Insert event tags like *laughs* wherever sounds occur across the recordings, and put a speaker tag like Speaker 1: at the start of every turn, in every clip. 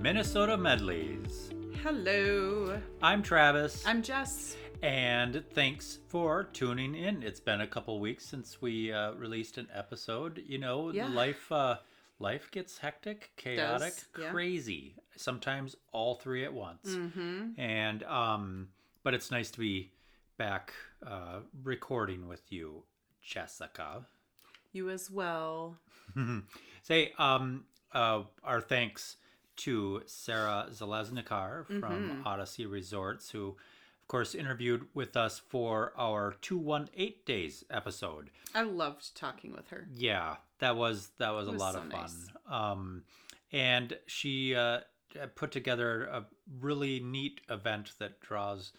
Speaker 1: Minnesota Medleys.
Speaker 2: Hello.
Speaker 1: I'm Travis,
Speaker 2: I'm Jess.
Speaker 1: and thanks for tuning in. It's been a couple weeks since we uh, released an episode. You know,
Speaker 2: Yeah.
Speaker 1: life uh, life gets hectic, chaotic,
Speaker 2: yeah.
Speaker 1: crazy. Sometimes all three at once.
Speaker 2: Mm-hmm.
Speaker 1: And um, but it's nice to be back uh, recording with you, Jessica.
Speaker 2: You as well.
Speaker 1: Say, um, uh, our thanks to Sarah Zeleznikar from Odyssey Resorts, who, of course, interviewed with us for our 218 Days episode.
Speaker 2: I loved talking with her.
Speaker 1: Yeah, that was that was,
Speaker 2: It
Speaker 1: a
Speaker 2: was
Speaker 1: lot
Speaker 2: so
Speaker 1: of fun.
Speaker 2: nice.
Speaker 1: Um, and she uh, put together a really neat event that draws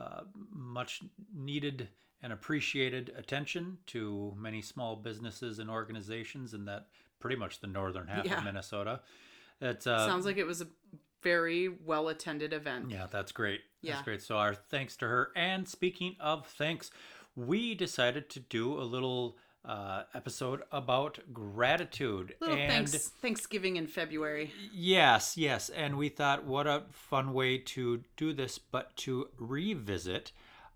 Speaker 1: uh, much needed and appreciated attention to many small businesses and organizations in that pretty much the northern half
Speaker 2: Yeah.
Speaker 1: of Minnesota. That's uh,
Speaker 2: Sounds like it was a very well attended event.
Speaker 1: yeah, that's great.
Speaker 2: Yeah.
Speaker 1: That's great. So our thanks to her. And speaking of thanks, we decided to do a little uh, episode about gratitude.
Speaker 2: Little
Speaker 1: and
Speaker 2: thanks Thanksgiving in February.
Speaker 1: yes, yes. And we thought what a fun way to do this, but to revisit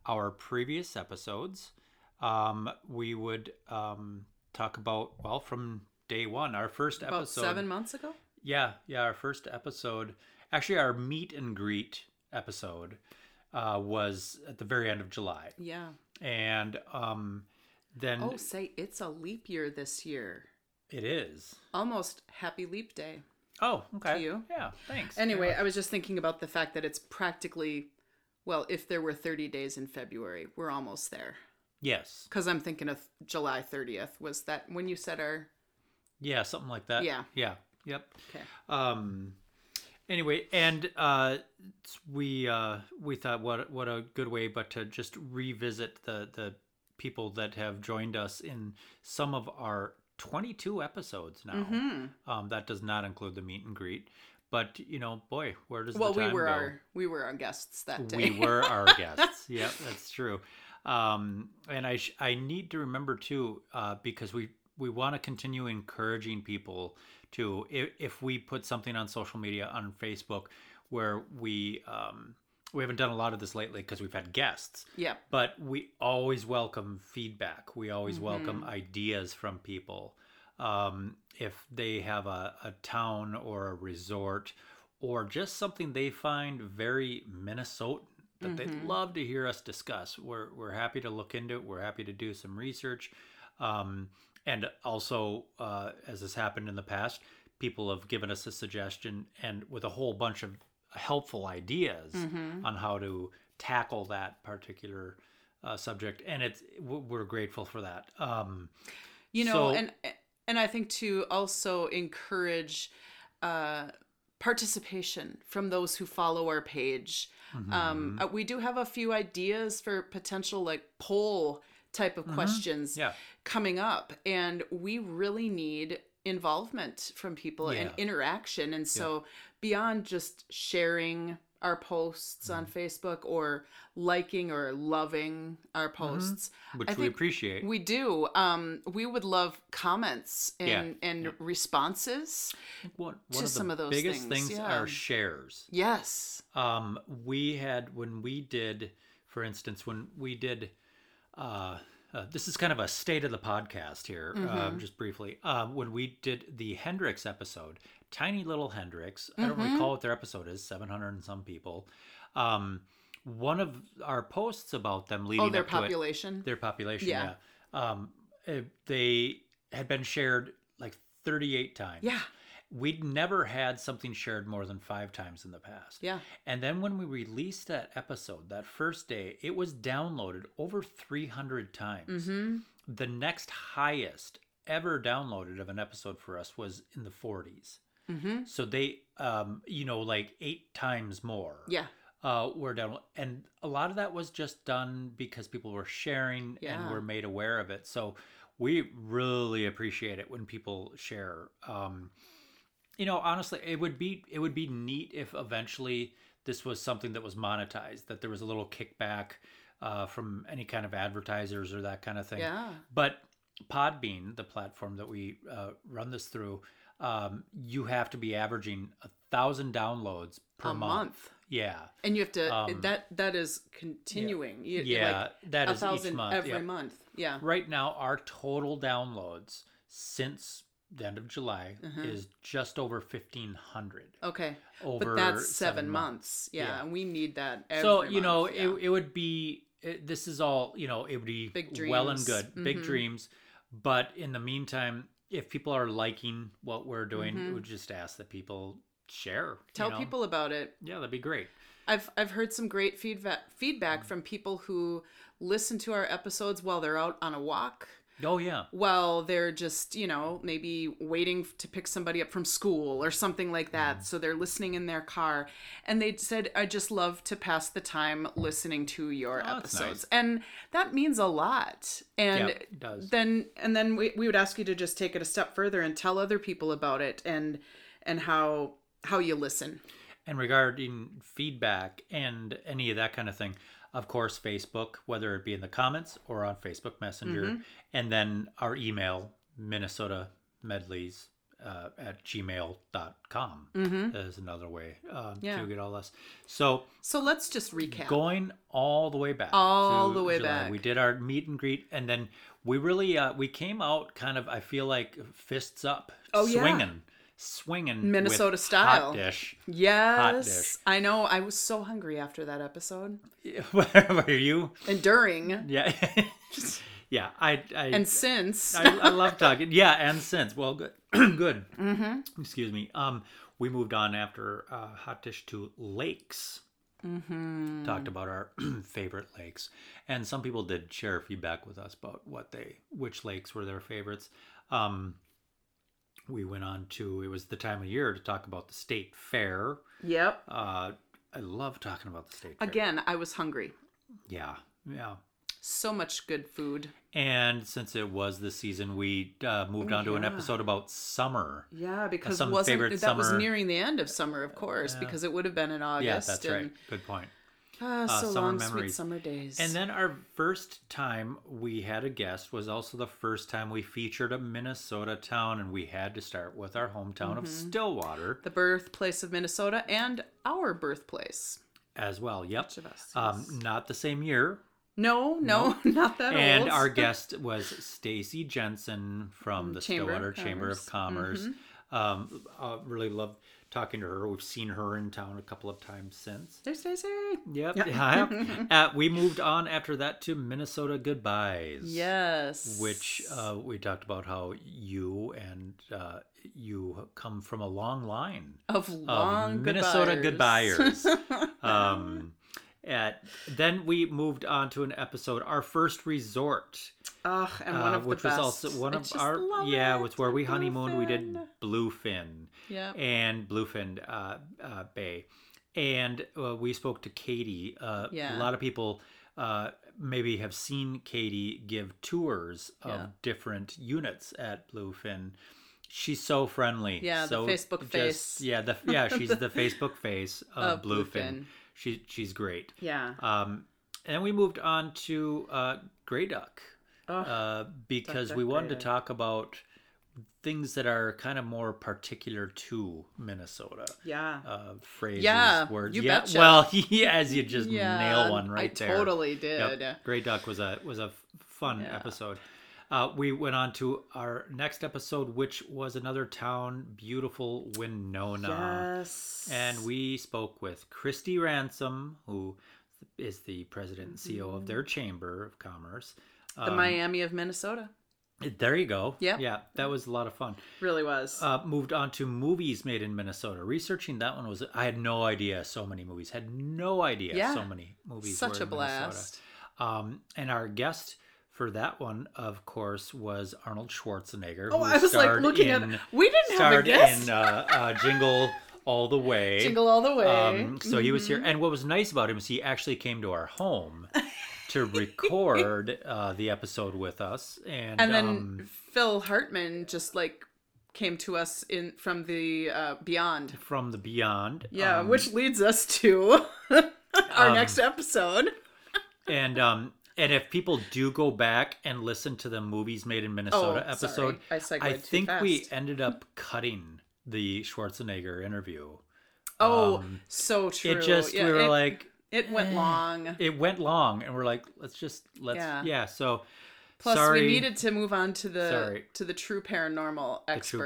Speaker 1: our previous episodes. Um, we would um, talk about, well, from day one, our first
Speaker 2: About
Speaker 1: episode.
Speaker 2: seven months ago.
Speaker 1: Yeah, yeah. Our first episode, actually, our meet and greet episode, uh, was at the very end of July,
Speaker 2: Yeah.
Speaker 1: and um, then
Speaker 2: Oh, say it's a leap year this year.
Speaker 1: it is.
Speaker 2: Almost happy leap day.
Speaker 1: Oh, okay.
Speaker 2: you.
Speaker 1: Yeah. Thanks.
Speaker 2: Anyway, I was just thinking about the fact that it's practically, well, if there were 30 days in February, we're almost there.
Speaker 1: Yes.
Speaker 2: Because I'm thinking of July 30th. Was that when you said our.
Speaker 1: Yeah. Something like that.
Speaker 2: Yeah.
Speaker 1: Yeah. Yep.
Speaker 2: Okay.
Speaker 1: um anyway and uh we uh we thought what what a good way but to just revisit the the people that have joined us in some of our 22 episodes now
Speaker 2: mm-hmm.
Speaker 1: um that does not include the meet and greet but you know boy where does
Speaker 2: Well,
Speaker 1: the
Speaker 2: we
Speaker 1: time
Speaker 2: were
Speaker 1: go?
Speaker 2: our we were our guests that day.
Speaker 1: we were our guests yep that's true um and i sh- i need to remember too uh because we we want to continue encouraging people to if, if we put something on social media on facebook where we um we haven't done a lot of this lately because we've had guests
Speaker 2: *laughs* Yep.
Speaker 1: but we always welcome feedback. We always welcome ideas from people. Um, if they have a, a town or a resort or just something they find very Minnesotan that they'd love to hear us discuss, we're, we're happy to look into it. We're happy to do some research. Um, and also, uh, as has happened in the past, people have given us a suggestion and with a whole bunch of helpful ideas
Speaker 2: Mm-hmm.
Speaker 1: on how to tackle that particular uh, subject. And it's w- we're grateful for that. Um,
Speaker 2: you know
Speaker 1: So-
Speaker 2: and and i think to also encourage uh participation from those who follow our page
Speaker 1: mm-hmm.
Speaker 2: um uh, we do have a few ideas for potential like poll type of
Speaker 1: Mm-hmm.
Speaker 2: questions
Speaker 1: yeah,
Speaker 2: coming up and we really need involvement from people and
Speaker 1: Yeah.
Speaker 2: interaction and so beyond just sharing our posts on
Speaker 1: Mm-hmm.
Speaker 2: facebook or liking or loving our
Speaker 1: Mm-hmm.
Speaker 2: posts
Speaker 1: which
Speaker 2: I
Speaker 1: we
Speaker 2: think
Speaker 1: appreciate.
Speaker 2: we do. Um, we would love comments
Speaker 1: Yeah.
Speaker 2: and and responses.
Speaker 1: one one
Speaker 2: to
Speaker 1: of the
Speaker 2: some of those
Speaker 1: biggest
Speaker 2: things,
Speaker 1: things,
Speaker 2: yeah.
Speaker 1: are shares.
Speaker 2: Yes.
Speaker 1: Um, we had when we did, for instance, when we did. Uh, uh, this is kind of a state of the podcast here,
Speaker 2: Mm-hmm.
Speaker 1: um, just briefly. Um, when we did the Hendrix episode, tiny little Hendrix, I
Speaker 2: Mm-hmm.
Speaker 1: don't recall what their episode is, 700 and some people. Um, one of our posts about them leading
Speaker 2: Oh, their
Speaker 1: up to it,
Speaker 2: population.
Speaker 1: their population.
Speaker 2: Yeah.
Speaker 1: Yeah. Um, eh, they had been shared like 38 times.
Speaker 2: Yeah.
Speaker 1: We'd never had something shared more than five times in the past.
Speaker 2: Yeah.
Speaker 1: And then when we released that episode, that first day, it was downloaded over 300 times.
Speaker 2: Mm-hmm.
Speaker 1: The next highest ever downloaded of an episode for us was in the 40s.
Speaker 2: Mm-hmm.
Speaker 1: So they, um, you know, like eight times more
Speaker 2: Yeah.
Speaker 1: uh, were down, and a lot of that was just done because people were sharing
Speaker 2: Yeah.
Speaker 1: and were made aware of it. So we really appreciate it when people share. Um, you know, honestly, it would be it would be neat if eventually this was something that was monetized, that there was a little kickback uh, from any kind of advertisers or that kind of thing.
Speaker 2: Yeah.
Speaker 1: But Podbean, the platform that we uh, run this through, um, you have to be averaging a thousand downloads per
Speaker 2: a month.
Speaker 1: Yeah,
Speaker 2: And you have to
Speaker 1: Um,
Speaker 2: that that is continuing. You- you're
Speaker 1: yeah,
Speaker 2: like
Speaker 1: that
Speaker 2: a
Speaker 1: is each
Speaker 2: thousand
Speaker 1: month.
Speaker 2: every
Speaker 1: yeah.
Speaker 2: month. Yeah.
Speaker 1: Right now, our total downloads since the end of July is just over fifteen hundred.
Speaker 2: Okay.
Speaker 1: Over
Speaker 2: Uh-huh. But that's seven,
Speaker 1: seven months.
Speaker 2: months. Yeah,
Speaker 1: Yeah.
Speaker 2: And we need that. Every
Speaker 1: so you
Speaker 2: month.
Speaker 1: know
Speaker 2: Yeah.
Speaker 1: it, it would be it, this is all you know it would be
Speaker 2: Big
Speaker 1: well and
Speaker 2: dreams.
Speaker 1: good big
Speaker 2: Mhm.
Speaker 1: dreams but in the meantime if people are liking what we're doing we
Speaker 2: Mhm.
Speaker 1: would just ask that people share you
Speaker 2: tell
Speaker 1: know?
Speaker 2: people about it.
Speaker 1: yeah that'd be great
Speaker 2: I've I've heard some great feedback feedback
Speaker 1: Mm.
Speaker 2: from people who listen to our episodes while they're out on a walk,
Speaker 1: oh yeah
Speaker 2: while they're just you know maybe waiting to pick somebody up from school or something like
Speaker 1: Mm.
Speaker 2: that. So they're listening in their car, and they said, "I just love to pass the time listening to your
Speaker 1: Oh, that's
Speaker 2: episodes," and that means a lot. And
Speaker 1: yeah it does
Speaker 2: then and then we, we would ask you to just take it a step further and tell other people about it and and how how you listen
Speaker 1: and regarding feedback and any of that kind of thing of course facebook whether it be in the comments or on facebook messenger
Speaker 2: Mm-hmm.
Speaker 1: and then our email minnesota medleys uh, at gmail.com
Speaker 2: mm-hmm.
Speaker 1: is another way um,
Speaker 2: Yeah.
Speaker 1: to get all this. So
Speaker 2: so let's just recap
Speaker 1: going all the way back,
Speaker 2: All
Speaker 1: to
Speaker 2: the way
Speaker 1: July,
Speaker 2: back.
Speaker 1: we did our meet and greet, and then we really uh, we came out kind of I feel like fists up,
Speaker 2: Oh, yeah.
Speaker 1: swinging, swinging with
Speaker 2: Minnesota
Speaker 1: hot
Speaker 2: style.
Speaker 1: dish. *laughs*
Speaker 2: yes i know i was so hungry after that episode
Speaker 1: Were you?
Speaker 2: and during
Speaker 1: Yeah, *laughs* yeah. I I,
Speaker 2: and since
Speaker 1: I I love talking. Yeah, and since well, good, *clears throat* good.
Speaker 2: mm-hmm.
Speaker 1: Excuse me. Um, we moved on after uh, hot dish to lakes.
Speaker 2: Mm-hmm.
Speaker 1: talked about our *clears throat* favorite lakes and some people did share feedback with us about what they which lakes were their favorites um we went on to it was the time of year to talk about the state fair
Speaker 2: yep
Speaker 1: uh i love talking about the state fair
Speaker 2: again i was hungry
Speaker 1: yeah yeah
Speaker 2: so much good food
Speaker 1: and since it was the season we uh, moved on to an
Speaker 2: yeah.
Speaker 1: episode about summer
Speaker 2: yeah because
Speaker 1: some
Speaker 2: wasn't
Speaker 1: favorite
Speaker 2: that was
Speaker 1: summer-
Speaker 2: near nearing the end of summer of course
Speaker 1: Yeah.
Speaker 2: because it would have been in august
Speaker 1: yeah that's right
Speaker 2: and
Speaker 1: good point
Speaker 2: ah, so
Speaker 1: summer
Speaker 2: long sweet
Speaker 1: memories.
Speaker 2: summer days
Speaker 1: And then our first time we had a guest was also the first time we featured a Minnesota town, and we had to start with our hometown of
Speaker 2: Mm-hmm.
Speaker 1: Stillwater
Speaker 2: the birthplace of Minnesota and our birthplace.
Speaker 1: as well. Yep.
Speaker 2: Each of us.
Speaker 1: Um,
Speaker 2: yes.
Speaker 1: not the same year.
Speaker 2: no, no, *laughs* not that
Speaker 1: and
Speaker 2: old.
Speaker 1: our guest was Stacy Jensen from the
Speaker 2: Mm, Chamber of
Speaker 1: Stillwater
Speaker 2: Mm-hmm.
Speaker 1: Chamber of Commerce. Um, uh, really loved talking to her. We've seen her in town a couple of times since.
Speaker 2: Stay, stay, stay.
Speaker 1: Yep. Yeah.
Speaker 2: *laughs*
Speaker 1: uh, we moved on after that to Minnesota Goodbyes.
Speaker 2: Yes.
Speaker 1: which uh, we talked about how you and uh, you come from a long line
Speaker 2: of long
Speaker 1: of Minnesota
Speaker 2: goodbyes.
Speaker 1: goodbyers.
Speaker 2: *laughs*
Speaker 1: um, at, then we moved on to an episode, our first resort,
Speaker 2: Ugh, and one
Speaker 1: uh,
Speaker 2: of
Speaker 1: which
Speaker 2: the best.
Speaker 1: was also one
Speaker 2: I
Speaker 1: of
Speaker 2: just
Speaker 1: our
Speaker 2: love
Speaker 1: yeah,
Speaker 2: it.
Speaker 1: was where we honeymooned. We did
Speaker 2: Bluefin.
Speaker 1: Bluefin
Speaker 2: Yeah.
Speaker 1: and Bluefin uh, uh, Bay. And uh, we spoke to Katie. Uh,
Speaker 2: Yeah.
Speaker 1: A lot of people uh, maybe have seen Katie give tours of
Speaker 2: Yeah.
Speaker 1: different units at Bluefin. She's so friendly.
Speaker 2: Yeah, the
Speaker 1: so
Speaker 2: Facebook face.
Speaker 1: Yeah,
Speaker 2: *laughs*
Speaker 1: the, yeah, she's the Facebook face of,
Speaker 2: Of
Speaker 1: Bluefin.
Speaker 2: Bluefin.
Speaker 1: She, she's great.
Speaker 2: Yeah.
Speaker 1: Um, and we moved on to uh, Grey Duck
Speaker 2: Ugh.
Speaker 1: uh, because we wanted to
Speaker 2: decorated.
Speaker 1: talk about things that are kind of more particular to Minnesota.
Speaker 2: yeah.
Speaker 1: Uh, phrases,
Speaker 2: Yeah,
Speaker 1: words.
Speaker 2: you
Speaker 1: yeah,
Speaker 2: betcha.
Speaker 1: well, *laughs* yeah, as you just
Speaker 2: yeah.
Speaker 1: nail one right
Speaker 2: I
Speaker 1: there.
Speaker 2: totally did.
Speaker 1: Yep. Grey Duck was a was a f- fun
Speaker 2: Yeah.
Speaker 1: episode. Uh, we went on to our next episode, which was another town, beautiful Winona.
Speaker 2: Yes.
Speaker 1: uh, And we spoke with Christy Ransom, who is the president and CEO of their Chamber of Commerce.
Speaker 2: Mm-hmm. the
Speaker 1: um,
Speaker 2: Miami of Minnesota
Speaker 1: There you go.
Speaker 2: Yeah.
Speaker 1: Yeah, that was a lot of fun.
Speaker 2: really was.
Speaker 1: Uh, moved on to movies made in Minnesota. Researching that one was, I had no idea so many movies. Had no idea
Speaker 2: Yeah.
Speaker 1: so many movies. were
Speaker 2: Such a
Speaker 1: in Minnesota.
Speaker 2: blast.
Speaker 1: Um, and our guest for that one, of course, was Arnold Schwarzenegger.
Speaker 2: Oh, *laughs* I was like looking
Speaker 1: in,
Speaker 2: at. We didn't have a
Speaker 1: starred
Speaker 2: guest.
Speaker 1: in uh, uh, Jingle All the Way.
Speaker 2: Jingle all the way. Mm-hmm.
Speaker 1: Um, so he was here, and what was nice about him is he actually came to our home to
Speaker 2: *laughs*
Speaker 1: record uh, the episode with us, and,
Speaker 2: and then
Speaker 1: um,
Speaker 2: Phil Hartman just like came to us in from the uh, beyond.
Speaker 1: from the beyond.
Speaker 2: Yeah,
Speaker 1: um,
Speaker 2: which leads us to *laughs* our
Speaker 1: um,
Speaker 2: next episode.
Speaker 1: and um, And if people do go back and listen to the movies made in Minnesota
Speaker 2: Oh,
Speaker 1: episode,
Speaker 2: sorry. I segued
Speaker 1: I
Speaker 2: too
Speaker 1: think we
Speaker 2: fast.
Speaker 1: ended up cutting the Schwarzenegger interview.
Speaker 2: Oh, so true.
Speaker 1: um, It just
Speaker 2: Yeah,
Speaker 1: we were
Speaker 2: it,
Speaker 1: like eh,
Speaker 2: it went long.
Speaker 1: it went long, and we're like, let's just let's yeah.
Speaker 2: Yeah.
Speaker 1: so
Speaker 2: Plus,
Speaker 1: sorry,
Speaker 2: we needed to move on to the
Speaker 1: Sorry.
Speaker 2: to the true paranormal
Speaker 1: the
Speaker 2: experts.
Speaker 1: true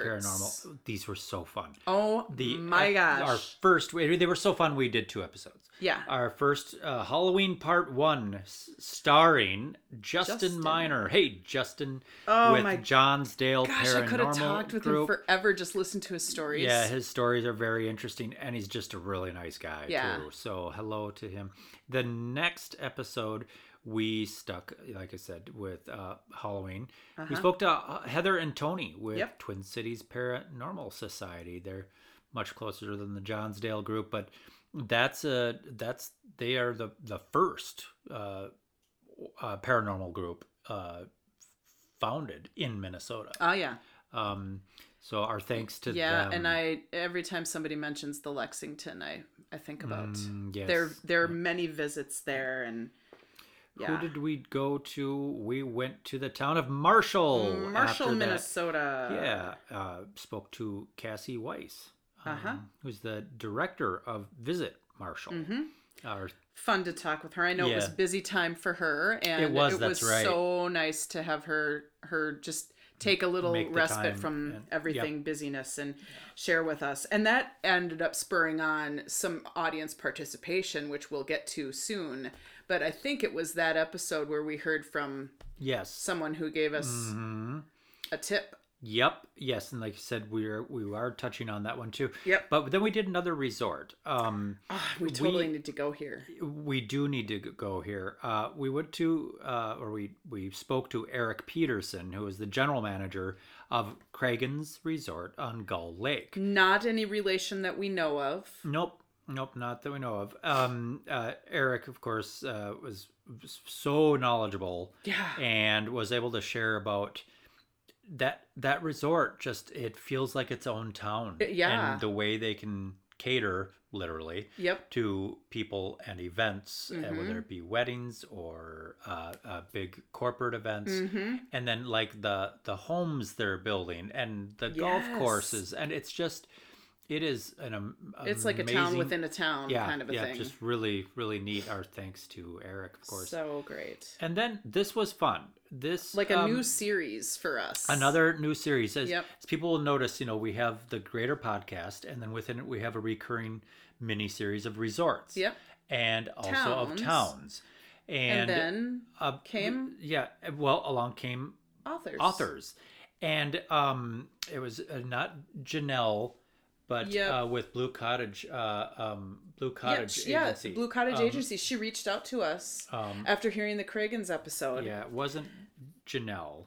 Speaker 1: paranormal. These were so fun.
Speaker 2: Oh
Speaker 1: The uh,
Speaker 2: my gosh!
Speaker 1: our first they were so fun. We did two episodes.
Speaker 2: yeah,
Speaker 1: Our first uh, Halloween part one, s- starring Justin,
Speaker 2: Justin.
Speaker 1: Miner. Hey, Justin,
Speaker 2: Oh
Speaker 1: with
Speaker 2: my
Speaker 1: Johnsdale
Speaker 2: gosh,
Speaker 1: Paranormal
Speaker 2: I could have talked with
Speaker 1: Group.
Speaker 2: him forever. Just listen to his stories.
Speaker 1: Yeah, his stories are very interesting, and he's just a really nice guy
Speaker 2: Yeah.
Speaker 1: too. So hello to him. The next episode, we stuck, like I said, with uh, Halloween. We spoke to uh, Heather and Tony with
Speaker 2: Uh-huh. Yep.
Speaker 1: Twin Cities Paranormal Society. They're much closer than the Johnsdale group, but that's a that's they are the the first uh, uh, paranormal group uh, founded in Minnesota.
Speaker 2: oh yeah,
Speaker 1: Um, so our thanks to
Speaker 2: yeah.
Speaker 1: them.
Speaker 2: And I every time somebody mentions the Lexington, I I think about
Speaker 1: Mm, yes.
Speaker 2: there. There are many visits there, and yeah,
Speaker 1: Who did we go to? We went to the town of Marshall.
Speaker 2: Mm, Marshall,
Speaker 1: after that.
Speaker 2: Minnesota.
Speaker 1: Yeah, uh, spoke to Cassie Weiss, um,
Speaker 2: Uh-huh.
Speaker 1: who's the director of Visit Marshall.
Speaker 2: Mm-hmm.
Speaker 1: Our-
Speaker 2: fun to talk with her. I know it was
Speaker 1: Yeah.
Speaker 2: busy time for her, and
Speaker 1: It was, that's right.
Speaker 2: so nice to have her her just take a little
Speaker 1: Make the time
Speaker 2: respite from
Speaker 1: and-
Speaker 2: everything busyness and share with us. And that ended up spurring on some audience participation, which we'll get to soon. But I think it was that episode where we heard from
Speaker 1: yes. Mm-hmm.
Speaker 2: someone who gave us a tip.
Speaker 1: Yep. Yes. And like you said, we are we are touching on that one too.
Speaker 2: Yep.
Speaker 1: But then we did another resort. Um,
Speaker 2: Ah, we totally need to go here.
Speaker 1: we do need to g- go here. Uh, we went to, uh, or we we spoke to Eric Peterson, who is the general manager of Craigan's Resort on Gull Lake.
Speaker 2: Not any relation that we know of.
Speaker 1: Nope, nope, not that we know of. Um, uh, Eric, of course, uh, was so knowledgeable
Speaker 2: Yeah.
Speaker 1: and was able to share about that that resort. Just it feels like its own town.
Speaker 2: yeah.
Speaker 1: and the way they can cater literally
Speaker 2: Yep.
Speaker 1: to people and events, uh,
Speaker 2: Mm-hmm.
Speaker 1: whether it be weddings or uh, uh, big corporate events,
Speaker 2: Mm. Mm-hmm.
Speaker 1: and then like the the homes they're building and the golf
Speaker 2: Yes.
Speaker 1: courses, and it's just it is an um,
Speaker 2: It's like a town
Speaker 1: amazing-
Speaker 2: within a town
Speaker 1: yeah,
Speaker 2: kind of a
Speaker 1: yeah,
Speaker 2: thing.
Speaker 1: just really really neat. Our thanks to Eric, of course.
Speaker 2: So great.
Speaker 1: and then this was fun. This
Speaker 2: Like a
Speaker 1: um,
Speaker 2: new series for us.
Speaker 1: another new series as,
Speaker 2: Yep.
Speaker 1: as people will notice you know we have the greater podcast and then within it we have a recurring mini series of resorts
Speaker 2: Yep.
Speaker 1: and also of
Speaker 2: Towns.
Speaker 1: towns and,
Speaker 2: And, then
Speaker 1: uh,
Speaker 2: came-
Speaker 1: yeah well along came
Speaker 2: authors.
Speaker 1: authors and um it was uh, not janelle but
Speaker 2: Yep.
Speaker 1: uh, with blue cottage uh um blue
Speaker 2: Yeah,
Speaker 1: cottage
Speaker 2: sh- yeah,
Speaker 1: agency
Speaker 2: Blue Cottage
Speaker 1: Um,
Speaker 2: Agency. She reached out to us
Speaker 1: um,
Speaker 2: after hearing the Kragans episode.
Speaker 1: yeah it wasn't janelle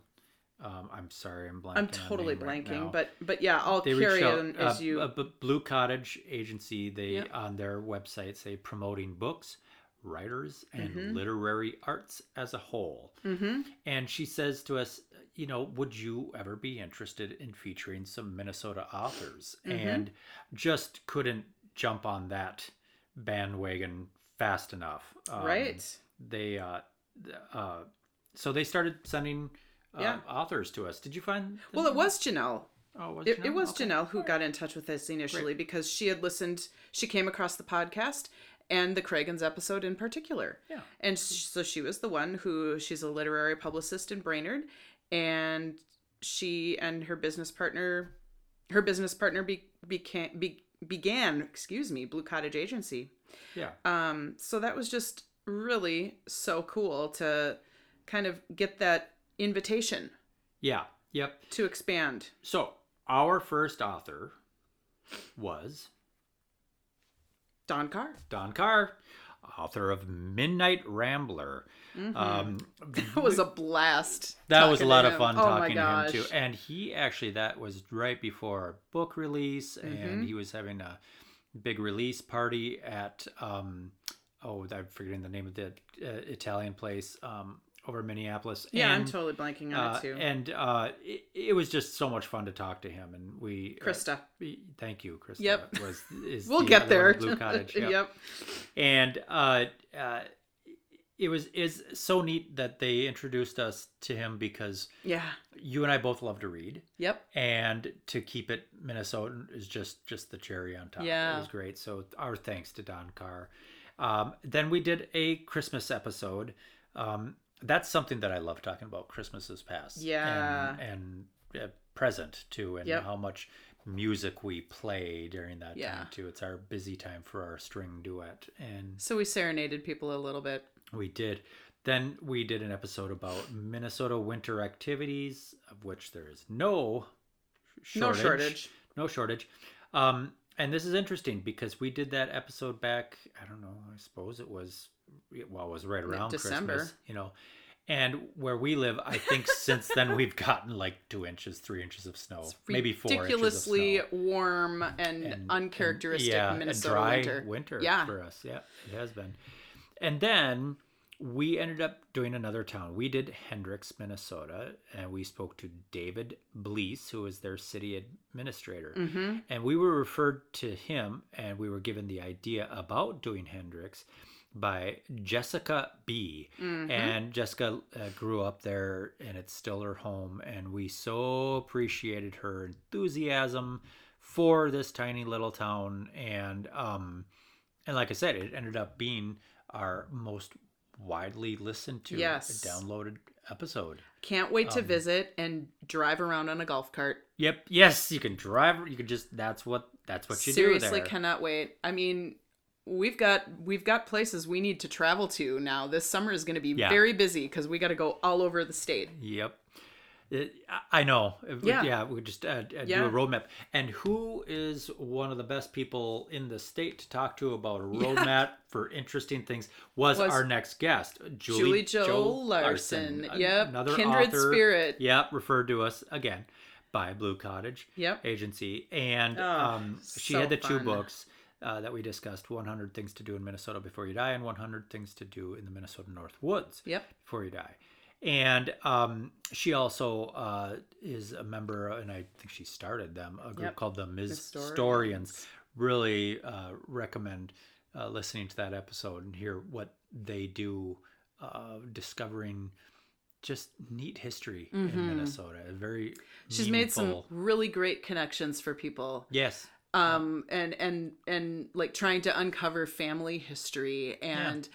Speaker 1: um, I'm sorry, I'm blanking.
Speaker 2: I'm
Speaker 1: on
Speaker 2: totally
Speaker 1: name right
Speaker 2: blanking,
Speaker 1: now.
Speaker 2: but but yeah, I'll
Speaker 1: they reached
Speaker 2: carry
Speaker 1: out,
Speaker 2: on
Speaker 1: uh,
Speaker 2: as you.
Speaker 1: uh, B- Blue Cottage Agency. They
Speaker 2: Yep.
Speaker 1: on their website say promoting books, writers, and
Speaker 2: Mm-hmm.
Speaker 1: literary arts as a whole.
Speaker 2: hmm
Speaker 1: And she says to us, you know, would you ever be interested in featuring some Minnesota authors?
Speaker 2: Mhm.
Speaker 1: And just couldn't jump on that bandwagon fast enough. Um,
Speaker 2: right.
Speaker 1: They uh, th- uh, so they started sending. Uh,
Speaker 2: Yeah.
Speaker 1: authors to us. Did you find?
Speaker 2: Well, it was Janelle.
Speaker 1: Oh, was
Speaker 2: It, it
Speaker 1: Janelle?
Speaker 2: was
Speaker 1: Okay.
Speaker 2: Janelle who got in touch with us initially because she had listened. She came across the podcast and the Kragans episode in particular.
Speaker 1: Yeah.
Speaker 2: And sh- so she was the one who she's a literary publicist in Brainerd, and she and her business partner, her business partner be, became be, began, excuse me, Blue Cottage Agency.
Speaker 1: Yeah.
Speaker 2: Um, so that was just really so cool to kind of get that invitation
Speaker 1: Yeah. Yep.
Speaker 2: to expand.
Speaker 1: So our first author was
Speaker 2: Don Carr.
Speaker 1: Don Carr, author of Midnight Rambler.
Speaker 2: Mm-hmm.
Speaker 1: Um,
Speaker 2: That *laughs* was a blast.
Speaker 1: that was a
Speaker 2: talking to
Speaker 1: lot of
Speaker 2: him.
Speaker 1: fun
Speaker 2: Oh my
Speaker 1: talking to him
Speaker 2: gosh.
Speaker 1: too. And he actually that was right before our book release,
Speaker 2: Mm-hmm.
Speaker 1: and he was having a big release party at um, oh I'm forgetting the name of the uh, Italian place um, over in Minneapolis.
Speaker 2: Yeah, I'm
Speaker 1: And,
Speaker 2: totally blanking on
Speaker 1: uh,
Speaker 2: it too.
Speaker 1: and uh, it, it was just so much fun to talk to him, and we uh,
Speaker 2: Krista.
Speaker 1: Thank you, Krista.
Speaker 2: Yep.
Speaker 1: Was is
Speaker 2: We'll
Speaker 1: the
Speaker 2: get *laughs*
Speaker 1: other
Speaker 2: there.
Speaker 1: one, Blue Cottage. Yep.
Speaker 2: yep.
Speaker 1: And uh, uh, it was is so neat that they introduced us to him because
Speaker 2: Yeah.
Speaker 1: you and I both love to read,
Speaker 2: Yep.
Speaker 1: and to keep it Minnesotan is just just the cherry on top. it
Speaker 2: Yeah.
Speaker 1: was great. So our thanks to Don Carr. Um, then we did a Christmas episode. Um, that's something that I love talking about. Christmases past,
Speaker 2: Yeah.
Speaker 1: and, and uh, present too, and
Speaker 2: Yep.
Speaker 1: how much music we play during that
Speaker 2: Yeah.
Speaker 1: time too. It's our busy time for our string duet, and
Speaker 2: So we serenaded people a little bit.
Speaker 1: we did. Then we did an episode about Minnesota winter activities, of which there is no shortage.
Speaker 2: No shortage.
Speaker 1: No shortage. Um, and this is interesting because we did that episode back. I don't know. I suppose it was well, it was right around
Speaker 2: December.
Speaker 1: Christmas, you know. And where we live, I think since then we've gotten like two inches, three inches of snow, Oh, maybe four. inches of
Speaker 2: Ridiculously
Speaker 1: snow.
Speaker 2: warm and,
Speaker 1: And- and-
Speaker 2: uncharacteristic
Speaker 1: yeah, a
Speaker 2: Minnesota
Speaker 1: dry
Speaker 2: winter.
Speaker 1: yeah.
Speaker 2: Yeah.
Speaker 1: for us. Yeah, it has been. And then we ended up doing another town. We did Hendricks, Minnesota, and we spoke to David Bleese, who is their city administrator.
Speaker 2: Mm-hmm.
Speaker 1: And we were referred to him and we were given the idea about doing Hendrix by Jessica B.
Speaker 2: Mm-hmm.
Speaker 1: And Jessica uh, grew up there and it's still her home. And we so appreciated her enthusiasm for this tiny little town. And, um, and like I said, it ended up being our most widely listened to
Speaker 2: Yes.
Speaker 1: downloaded episode.
Speaker 2: Can't wait to
Speaker 1: Um,
Speaker 2: visit and drive around on a golf cart.
Speaker 1: Yep. Yes, you can drive. You can just. That's what. That's what you do.
Speaker 2: Seriously
Speaker 1: there.
Speaker 2: cannot wait. I mean, we've got we've got places we need to travel to now. This summer is going to be
Speaker 1: Yeah.
Speaker 2: very busy cuz we got to go all over the state.
Speaker 1: Yep. It, I- I know. It would-
Speaker 2: Yeah.
Speaker 1: yeah. We just uh, uh, do
Speaker 2: Yeah.
Speaker 1: a roadmap. And who is one of the best people in the state to talk to about a
Speaker 2: Yeah.
Speaker 1: roadmap for interesting things was,
Speaker 2: Was
Speaker 1: our next guest, Julie,
Speaker 2: Julie Joe, Larson. Yep. Kindred spirit.
Speaker 1: Yep. Referred to us again by Blue Cottage
Speaker 2: Yep.
Speaker 1: Agency, and
Speaker 2: Oh,
Speaker 1: um, she had
Speaker 2: so
Speaker 1: the two
Speaker 2: fun.
Speaker 1: books. Uh, that we discussed 100 things to do in Minnesota before you die and 100 things to do in the Minnesota North Woods
Speaker 2: Yep.
Speaker 1: before you die. And um, she also uh, is a member, and I think she started them, a group
Speaker 2: Yep.
Speaker 1: called the
Speaker 2: Historians.
Speaker 1: Historians. Really uh, recommend uh, listening to that episode and hear what they do, uh, discovering just neat history in
Speaker 2: Mhm.
Speaker 1: Minnesota. Very
Speaker 2: She's made some
Speaker 1: meaningful-
Speaker 2: really great connections for people.
Speaker 1: yes,
Speaker 2: um and and and like trying to uncover family history and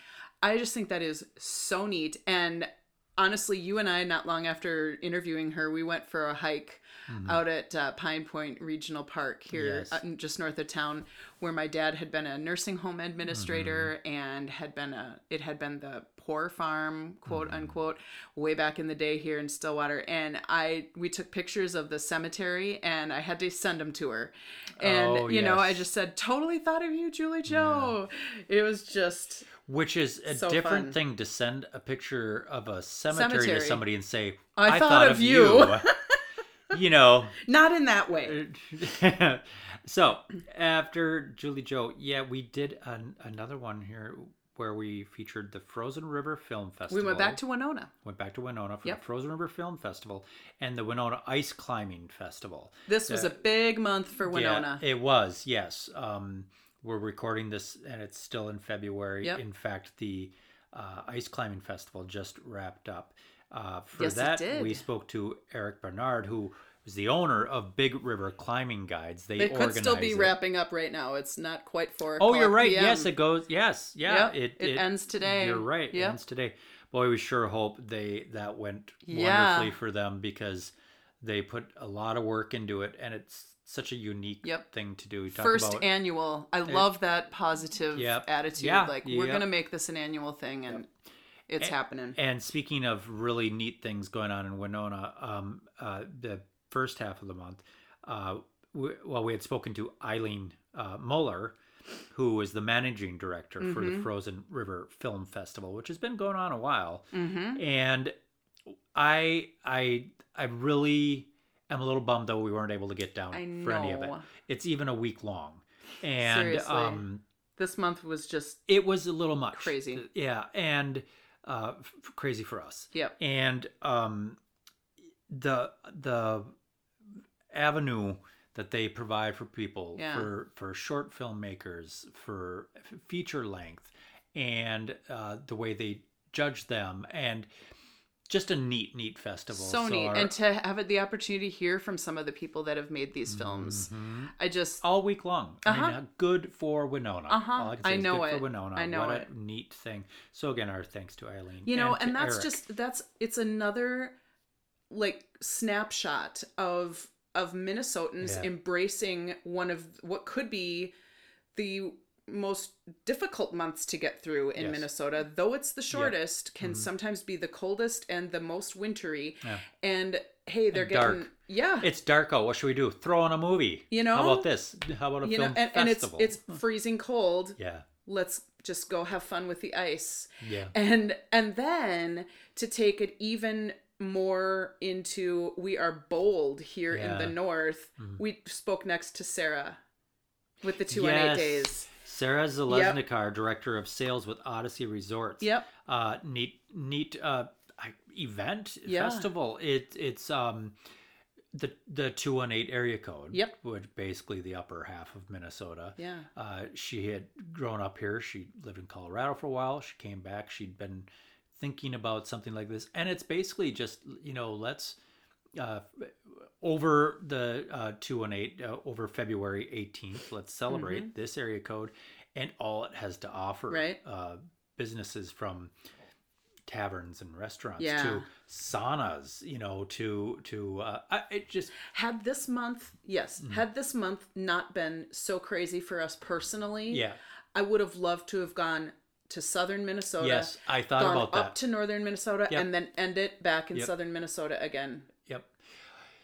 Speaker 2: i just think that is so neat and honestly you and i not long after interviewing her we went for a hike
Speaker 1: Mhm.
Speaker 2: out at uh, pine point regional park here
Speaker 1: Yes.
Speaker 2: uh, just north of town where my dad had been a nursing home administrator and had been a it had been the poor farm quote unquote way back in the day here in stillwater and i we took pictures of the cemetery and i had to send them to her and
Speaker 1: Oh,
Speaker 2: you know i
Speaker 1: yes.
Speaker 2: just said totally thought of you julie joe it was just
Speaker 1: which is a
Speaker 2: So
Speaker 1: different
Speaker 2: fun.
Speaker 1: thing to send a picture of a cemetery, to
Speaker 2: Cemetery.
Speaker 1: somebody and say,
Speaker 2: I thought of you." *laughs*
Speaker 1: you." you know,
Speaker 2: not in that way
Speaker 1: *laughs* so after Julie Joe, yeah, we did an, another one here where we featured the Frozen River Film Festival.
Speaker 2: we went back to winona
Speaker 1: went back to Winona for
Speaker 2: Yep.
Speaker 1: the Frozen River Film Festival and the Winona Ice Climbing Festival.
Speaker 2: this was
Speaker 1: Yeah.
Speaker 2: a big month for winona
Speaker 1: Yeah, it was yes. Um, we're recording this, and it's still in February.
Speaker 2: Yep.
Speaker 1: In fact, the uh, ice climbing festival just wrapped up. Uh, for
Speaker 2: Yes, it
Speaker 1: that,
Speaker 2: did.
Speaker 1: we spoke to Eric Bernard, who was the owner of Big River Climbing Guides. They
Speaker 2: It could still
Speaker 1: organize
Speaker 2: be
Speaker 1: it.
Speaker 2: wrapping up right now. It's not quite four.
Speaker 1: Oh, you're
Speaker 2: o'clock
Speaker 1: right.
Speaker 2: PM.
Speaker 1: Yes, it goes. Yes, yeah.
Speaker 2: Yep, it ends today.
Speaker 1: You're right. It
Speaker 2: Yep.
Speaker 1: ends today. Boy, we sure hope they that went
Speaker 2: Yeah.
Speaker 1: wonderfully for them because they put a lot of work into it, and it's such a unique
Speaker 2: Yep.
Speaker 1: thing to do. Talk
Speaker 2: First
Speaker 1: about-
Speaker 2: annual. I love that positive
Speaker 1: Yep.
Speaker 2: attitude.
Speaker 1: Yeah,
Speaker 2: Like we're
Speaker 1: yep. Eh,
Speaker 2: gonna make this an annual thing, and it's
Speaker 1: And-
Speaker 2: happening.
Speaker 1: And speaking of really neat things going on in Winona, um, uh, the first half of the month, uh, we, well, we had spoken to Eileen uh, Muller, who was the managing director for the
Speaker 2: Mhm.
Speaker 1: Frozen River Film Festival, which has been going on a while.
Speaker 2: mm-hmm.
Speaker 1: And I, I, I really am a little bummed though we weren't able to get down
Speaker 2: I know.
Speaker 1: oh, for any of it. It's even a week long, and
Speaker 2: Seriously.
Speaker 1: um
Speaker 2: This month was just
Speaker 1: it was a little much
Speaker 2: Crazy.
Speaker 1: yeah and uh f- crazy for us
Speaker 2: yep.
Speaker 1: and um the the avenue that they provide for people
Speaker 2: Yeah.
Speaker 1: for for short filmmakers for f- feature length and uh the way they judge them and just a neat, neat festival.
Speaker 2: so neat.
Speaker 1: our-
Speaker 2: and to have the opportunity to hear from some of the people that have made these
Speaker 1: Mm-hmm.
Speaker 2: films, I just
Speaker 1: all week long. I
Speaker 2: Uh-huh.
Speaker 1: mean, uh, good for Winona.
Speaker 2: Uh-huh.
Speaker 1: All I, can say
Speaker 2: I
Speaker 1: is
Speaker 2: know
Speaker 1: good
Speaker 2: it.
Speaker 1: For Winona.
Speaker 2: I know
Speaker 1: what
Speaker 2: it.
Speaker 1: a neat thing. So again, our thanks to Eileen.
Speaker 2: you know
Speaker 1: to
Speaker 2: and, that's
Speaker 1: Eric.
Speaker 2: just that's it's another like snapshot of of minnesotans
Speaker 1: Yeah.
Speaker 2: embracing one of what could be the most difficult months to get through in
Speaker 1: Yes. Mm-hmm.
Speaker 2: minnesota though it's the shortest can sometimes be the coldest and the most wintry
Speaker 1: Yeah.
Speaker 2: and hey they're
Speaker 1: And dark.
Speaker 2: getting yeah
Speaker 1: It's dark out. What should we do? Throw on a movie.
Speaker 2: You
Speaker 1: How
Speaker 2: know?
Speaker 1: about this? How about a
Speaker 2: you know
Speaker 1: film
Speaker 2: and, and it's
Speaker 1: festival?
Speaker 2: it's freezing cold
Speaker 1: yeah,
Speaker 2: let's just go have fun with the ice
Speaker 1: yeah.
Speaker 2: and and then to take it even more into we are bold here in
Speaker 1: Yeah. Mm-hmm.
Speaker 2: the north we spoke next to sarah with the two and eight
Speaker 1: Yes.
Speaker 2: days
Speaker 1: Sarah Zeleznikar, director of sales with Odyssey Resorts.
Speaker 2: yep
Speaker 1: Uh, neat, neat uh, I- event
Speaker 2: Yeah.
Speaker 1: festival. It it's um the the two one eight area code.
Speaker 2: Yep.
Speaker 1: Which basically the upper half of Minnesota.
Speaker 2: yeah
Speaker 1: Uh, she had grown up here. She lived in Colorado for a while. She came back. She'd been thinking about something like this, and it's basically just you know let's uh, over the uh, two one eight uh, over February eighteenth. Let's celebrate this area code and all it has to offer.
Speaker 2: Mm-hmm. Right.
Speaker 1: Uh, businesses from taverns and restaurants
Speaker 2: Yeah.
Speaker 1: to saunas, you know, to to uh, I, it just
Speaker 2: had this month yes
Speaker 1: Mm-hmm.
Speaker 2: had this month not been so crazy for us personally
Speaker 1: yeah.
Speaker 2: i would have loved to have gone to southern minnesota
Speaker 1: Yes, I thought
Speaker 2: gone
Speaker 1: about
Speaker 2: up
Speaker 1: that.
Speaker 2: to northern minnesota
Speaker 1: Yep.
Speaker 2: and then end it back in
Speaker 1: Yep.
Speaker 2: southern minnesota again
Speaker 1: yep.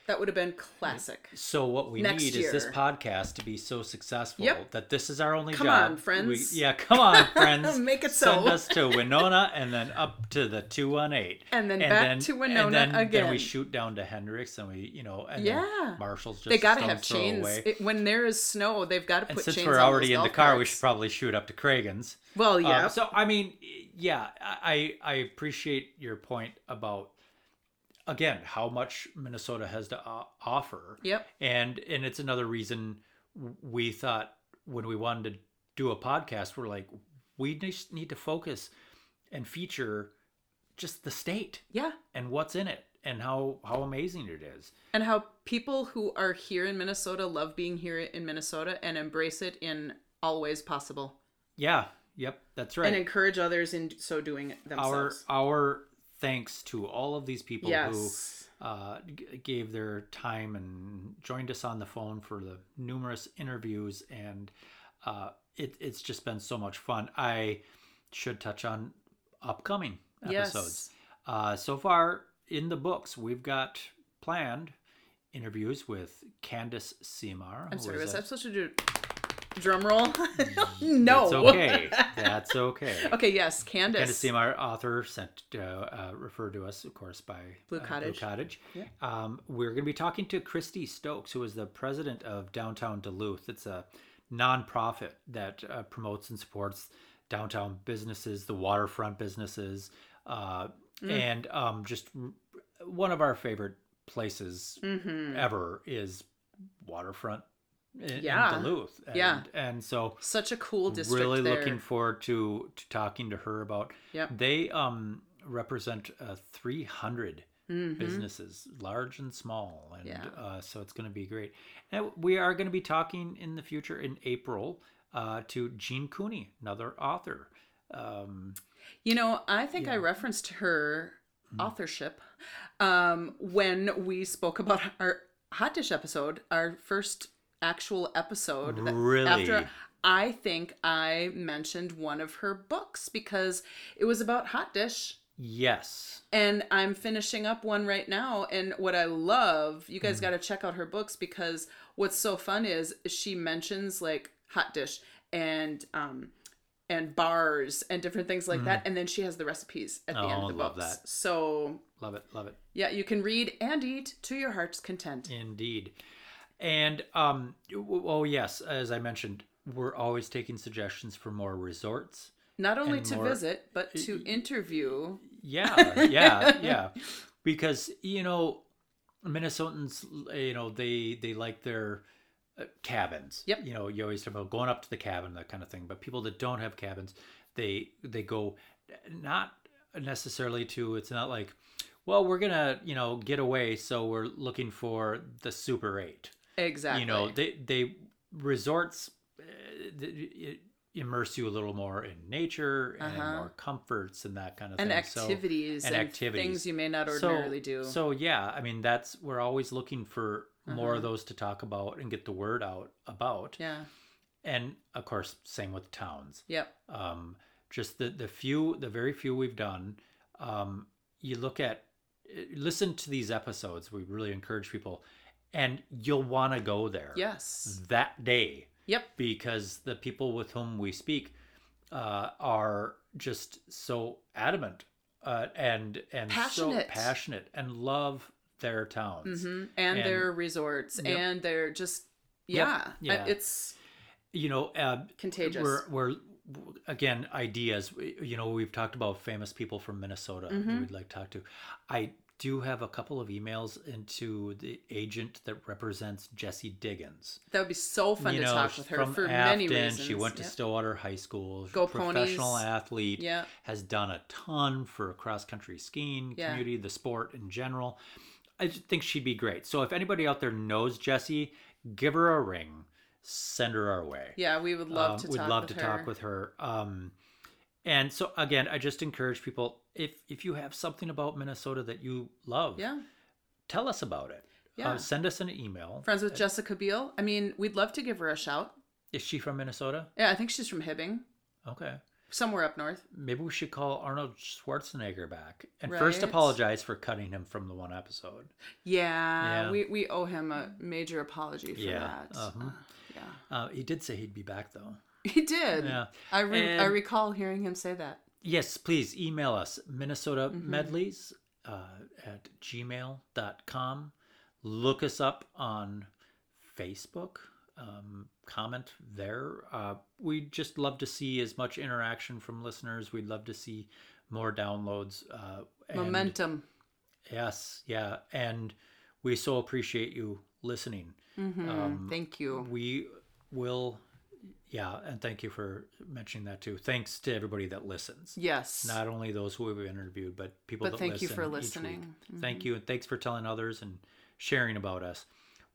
Speaker 2: that would have been classic
Speaker 1: So what we
Speaker 2: Next
Speaker 1: need is this
Speaker 2: year.
Speaker 1: podcast to be so successful
Speaker 2: Yep.
Speaker 1: that this is our only
Speaker 2: Come
Speaker 1: job.
Speaker 2: on, friends.
Speaker 1: We- yeah, come
Speaker 2: *laughs*
Speaker 1: on, friends.
Speaker 2: Make it
Speaker 1: Send
Speaker 2: so.
Speaker 1: us to Winona and then up to the two one eight,
Speaker 2: And then back to Winona
Speaker 1: and then, Then we
Speaker 2: again.
Speaker 1: shoot down to Hendricks, and we, you know, and
Speaker 2: Yeah.
Speaker 1: then Marshall's just
Speaker 2: they
Speaker 1: a
Speaker 2: gotta
Speaker 1: stone's
Speaker 2: have
Speaker 1: throw
Speaker 2: chains
Speaker 1: away.
Speaker 2: It- when there is snow they've got to
Speaker 1: and
Speaker 2: put
Speaker 1: since
Speaker 2: chains
Speaker 1: we're
Speaker 2: on those
Speaker 1: already in the
Speaker 2: golf
Speaker 1: car, we
Speaker 2: carts.
Speaker 1: should probably shoot up to Cragen's.
Speaker 2: well
Speaker 1: Uh,
Speaker 2: yeah
Speaker 1: so I mean, yeah, I I appreciate your point about again how much Minnesota has to o- offer.
Speaker 2: Yep.
Speaker 1: And and it's another reason w- we thought when we wanted to do a podcast, we're like we just need to focus and feature just the state
Speaker 2: yeah
Speaker 1: and what's in it and how how amazing it is.
Speaker 2: and how people who are here in minnesota love being here in minnesota and embrace it in all ways possible
Speaker 1: Yeah. Yep. That's right.
Speaker 2: and encourage others in so doing
Speaker 1: our
Speaker 2: themselves
Speaker 1: our thanks to all of these people who
Speaker 2: yes
Speaker 1: uh, g- gave their time and joined us on the phone for the numerous interviews and uh, it, it's just been so much fun i should touch on upcoming episodes
Speaker 2: yes
Speaker 1: uh, so far in the books we've got planned interviews with candace Seymour.
Speaker 2: i'm
Speaker 1: who
Speaker 2: sorry
Speaker 1: is
Speaker 2: was
Speaker 1: a-
Speaker 2: i supposed to do drum roll *laughs*
Speaker 1: *laughs*
Speaker 2: no
Speaker 1: that's Mm, okay that's okay
Speaker 2: *laughs* okay yes candace
Speaker 1: Candace Seymour, author, sent uh, uh, referred to us, of course, by
Speaker 2: Blue
Speaker 1: uh,
Speaker 2: Cottage.
Speaker 1: Blue Cottage.
Speaker 2: Yeah.
Speaker 1: Um, we're going to be talking to Christy Stokes, who is the president of Downtown Duluth. It's a nonprofit that uh, promotes and supports downtown businesses, the waterfront businesses, uh,
Speaker 2: Mm.
Speaker 1: and um, just r- one of our favorite places
Speaker 2: Mhm.
Speaker 1: ever is waterfront in,
Speaker 2: Yeah.
Speaker 1: in Duluth. And,
Speaker 2: Yeah.
Speaker 1: and so
Speaker 2: such a cool district
Speaker 1: really
Speaker 2: there.
Speaker 1: looking forward to, to talking to her about
Speaker 2: yep
Speaker 1: they um represent uh, 300
Speaker 2: Mhm.
Speaker 1: businesses large and small and
Speaker 2: Yeah.
Speaker 1: uh, so it's going to be great and we are going to be talking in the future in april uh, to gene cooney another author um,
Speaker 2: You know, I think I
Speaker 1: Yeah. Mm.
Speaker 2: referenced her authorship um, when we spoke about our hot dish episode, our first actual episode. Oh, that-
Speaker 1: Really?
Speaker 2: After I think I mentioned one of her books because it was about hot dish.
Speaker 1: yes
Speaker 2: And I'm finishing up one right now. And what I love, you
Speaker 1: Mm-hmm.
Speaker 2: guys got to check out her books because what's so fun is she mentions like hot dish and um and bars and different things like that. And then she has the recipes at the end
Speaker 1: Mm-hmm. Oh,
Speaker 2: of the
Speaker 1: love
Speaker 2: books.
Speaker 1: that.
Speaker 2: So
Speaker 1: love it love it
Speaker 2: yeah, you can read and eat to your heart's content.
Speaker 1: Indeed. And um w- oh yes, as I mentioned, we're always taking suggestions for more resorts.
Speaker 2: Not only
Speaker 1: And
Speaker 2: to
Speaker 1: more-
Speaker 2: visit, but to interview.
Speaker 1: Yeah,
Speaker 2: *laughs*
Speaker 1: yeah, yeah. Because you know, Minnesotans, you know, they they like their uh, cabins.
Speaker 2: Yep.
Speaker 1: You know, you always talk about going up to the cabin, that kind of thing. But people that don't have cabins, they they go not necessarily to it's not like well we're gonna you know get away so we're looking for the super eight
Speaker 2: Exactly.
Speaker 1: you know they they resorts uh, th- it immerse you a little more in nature and
Speaker 2: Uh-huh.
Speaker 1: more comforts and that kind of
Speaker 2: and
Speaker 1: thing So-
Speaker 2: activities
Speaker 1: and
Speaker 2: and,
Speaker 1: activities.
Speaker 2: things you may not
Speaker 1: so,
Speaker 2: ordinarily do.
Speaker 1: so yeah i mean that's we're always looking for more of those to talk about and get the word out about
Speaker 2: Uh-huh. yeah.
Speaker 1: and of course same with towns
Speaker 2: Yep.
Speaker 1: um, just the the few the very few we've done um, you look at listen to these episodes we really encourage people and you'll want to go there Mm-hmm.
Speaker 2: Yes.
Speaker 1: that day
Speaker 2: Yep.
Speaker 1: because the people with whom we speak uh, are just so adamant uh, and and so
Speaker 2: Passionate.
Speaker 1: passionate and love their towns
Speaker 2: hmm And,
Speaker 1: And-
Speaker 2: their resorts
Speaker 1: Yep.
Speaker 2: and their just
Speaker 1: Yep.
Speaker 2: yeah, I-
Speaker 1: Yeah.
Speaker 2: it's
Speaker 1: you know uh,
Speaker 2: contagious.
Speaker 1: We're, we're again ideas. We- You know, we've talked about famous people from Minnesota that
Speaker 2: Mhm.
Speaker 1: we'd like to talk to. I do have a couple of emails into the agent that represents Jesse Diggins.
Speaker 2: that would be so fun
Speaker 1: you
Speaker 2: to
Speaker 1: know,
Speaker 2: talk with her
Speaker 1: from
Speaker 2: for
Speaker 1: Afton,
Speaker 2: many reasons.
Speaker 1: She went to
Speaker 2: Yep.
Speaker 1: Stillwater High School.
Speaker 2: Go
Speaker 1: professional
Speaker 2: Ponies.
Speaker 1: athlete.
Speaker 2: Yeah.
Speaker 1: Has done a ton for cross country skiing
Speaker 2: Yeah.
Speaker 1: community, the sport in general. I just think she'd be great. So if anybody out there knows Jesse, give her a ring. Send her our way
Speaker 2: Yeah, we would love
Speaker 1: um,
Speaker 2: to
Speaker 1: would
Speaker 2: talk
Speaker 1: love
Speaker 2: with
Speaker 1: to
Speaker 2: her.
Speaker 1: talk with her. Um, and so again, I just encourage people if if you have something about Minnesota that you love,
Speaker 2: Yeah.
Speaker 1: tell us about it.
Speaker 2: Yeah.
Speaker 1: Uh, send us an email.
Speaker 2: Friends with Jessica Biel. I mean, we'd love to give her a shout.
Speaker 1: Is she from Minnesota?
Speaker 2: Yeah, I think she's from Hibbing,
Speaker 1: Okay,
Speaker 2: somewhere up north.
Speaker 1: maybe we should call Arnold Schwarzenegger back and first
Speaker 2: Right.
Speaker 1: apologize for cutting him from the one episode.
Speaker 2: Yeah,
Speaker 1: Yeah.
Speaker 2: We, we owe him a major apology for
Speaker 1: Yeah,
Speaker 2: that.
Speaker 1: uh-huh.
Speaker 2: Uh, yeah, *laughs*
Speaker 1: Uh, he did say he'd be back though.
Speaker 2: he did.
Speaker 1: Yeah.
Speaker 2: I re- I
Speaker 1: And-
Speaker 2: recall hearing him say that.
Speaker 1: Yes, please email us Minnesota medleys uh, at gmail.com. Look us up on Facebook. Um, comment there. Uh, we just love to see as much interaction from listeners. We'd love to see more downloads. Uh, and-
Speaker 2: Momentum.
Speaker 1: Yes, yeah. And we so appreciate you listening.
Speaker 2: hmm
Speaker 1: um,
Speaker 2: Thank you.
Speaker 1: We will, yeah, and thank you for mentioning that too. Thanks to everybody that listens
Speaker 2: Yes.
Speaker 1: not only those who we've interviewed, but people
Speaker 2: But
Speaker 1: that
Speaker 2: thank you
Speaker 1: listen
Speaker 2: for
Speaker 1: each week.
Speaker 2: listening. Mm-hmm.
Speaker 1: Thank you, and thanks for telling others and sharing about us.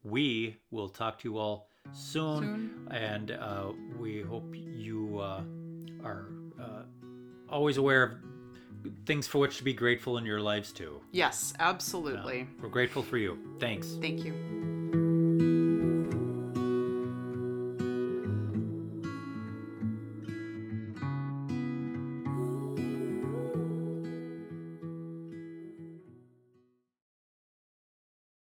Speaker 1: We will talk to you all soon, and uh, we hope you uh, are uh, always aware of things for which to be grateful in your lives too.
Speaker 2: yes, absolutely.
Speaker 1: We're grateful for you. Thanks.
Speaker 2: Thank you.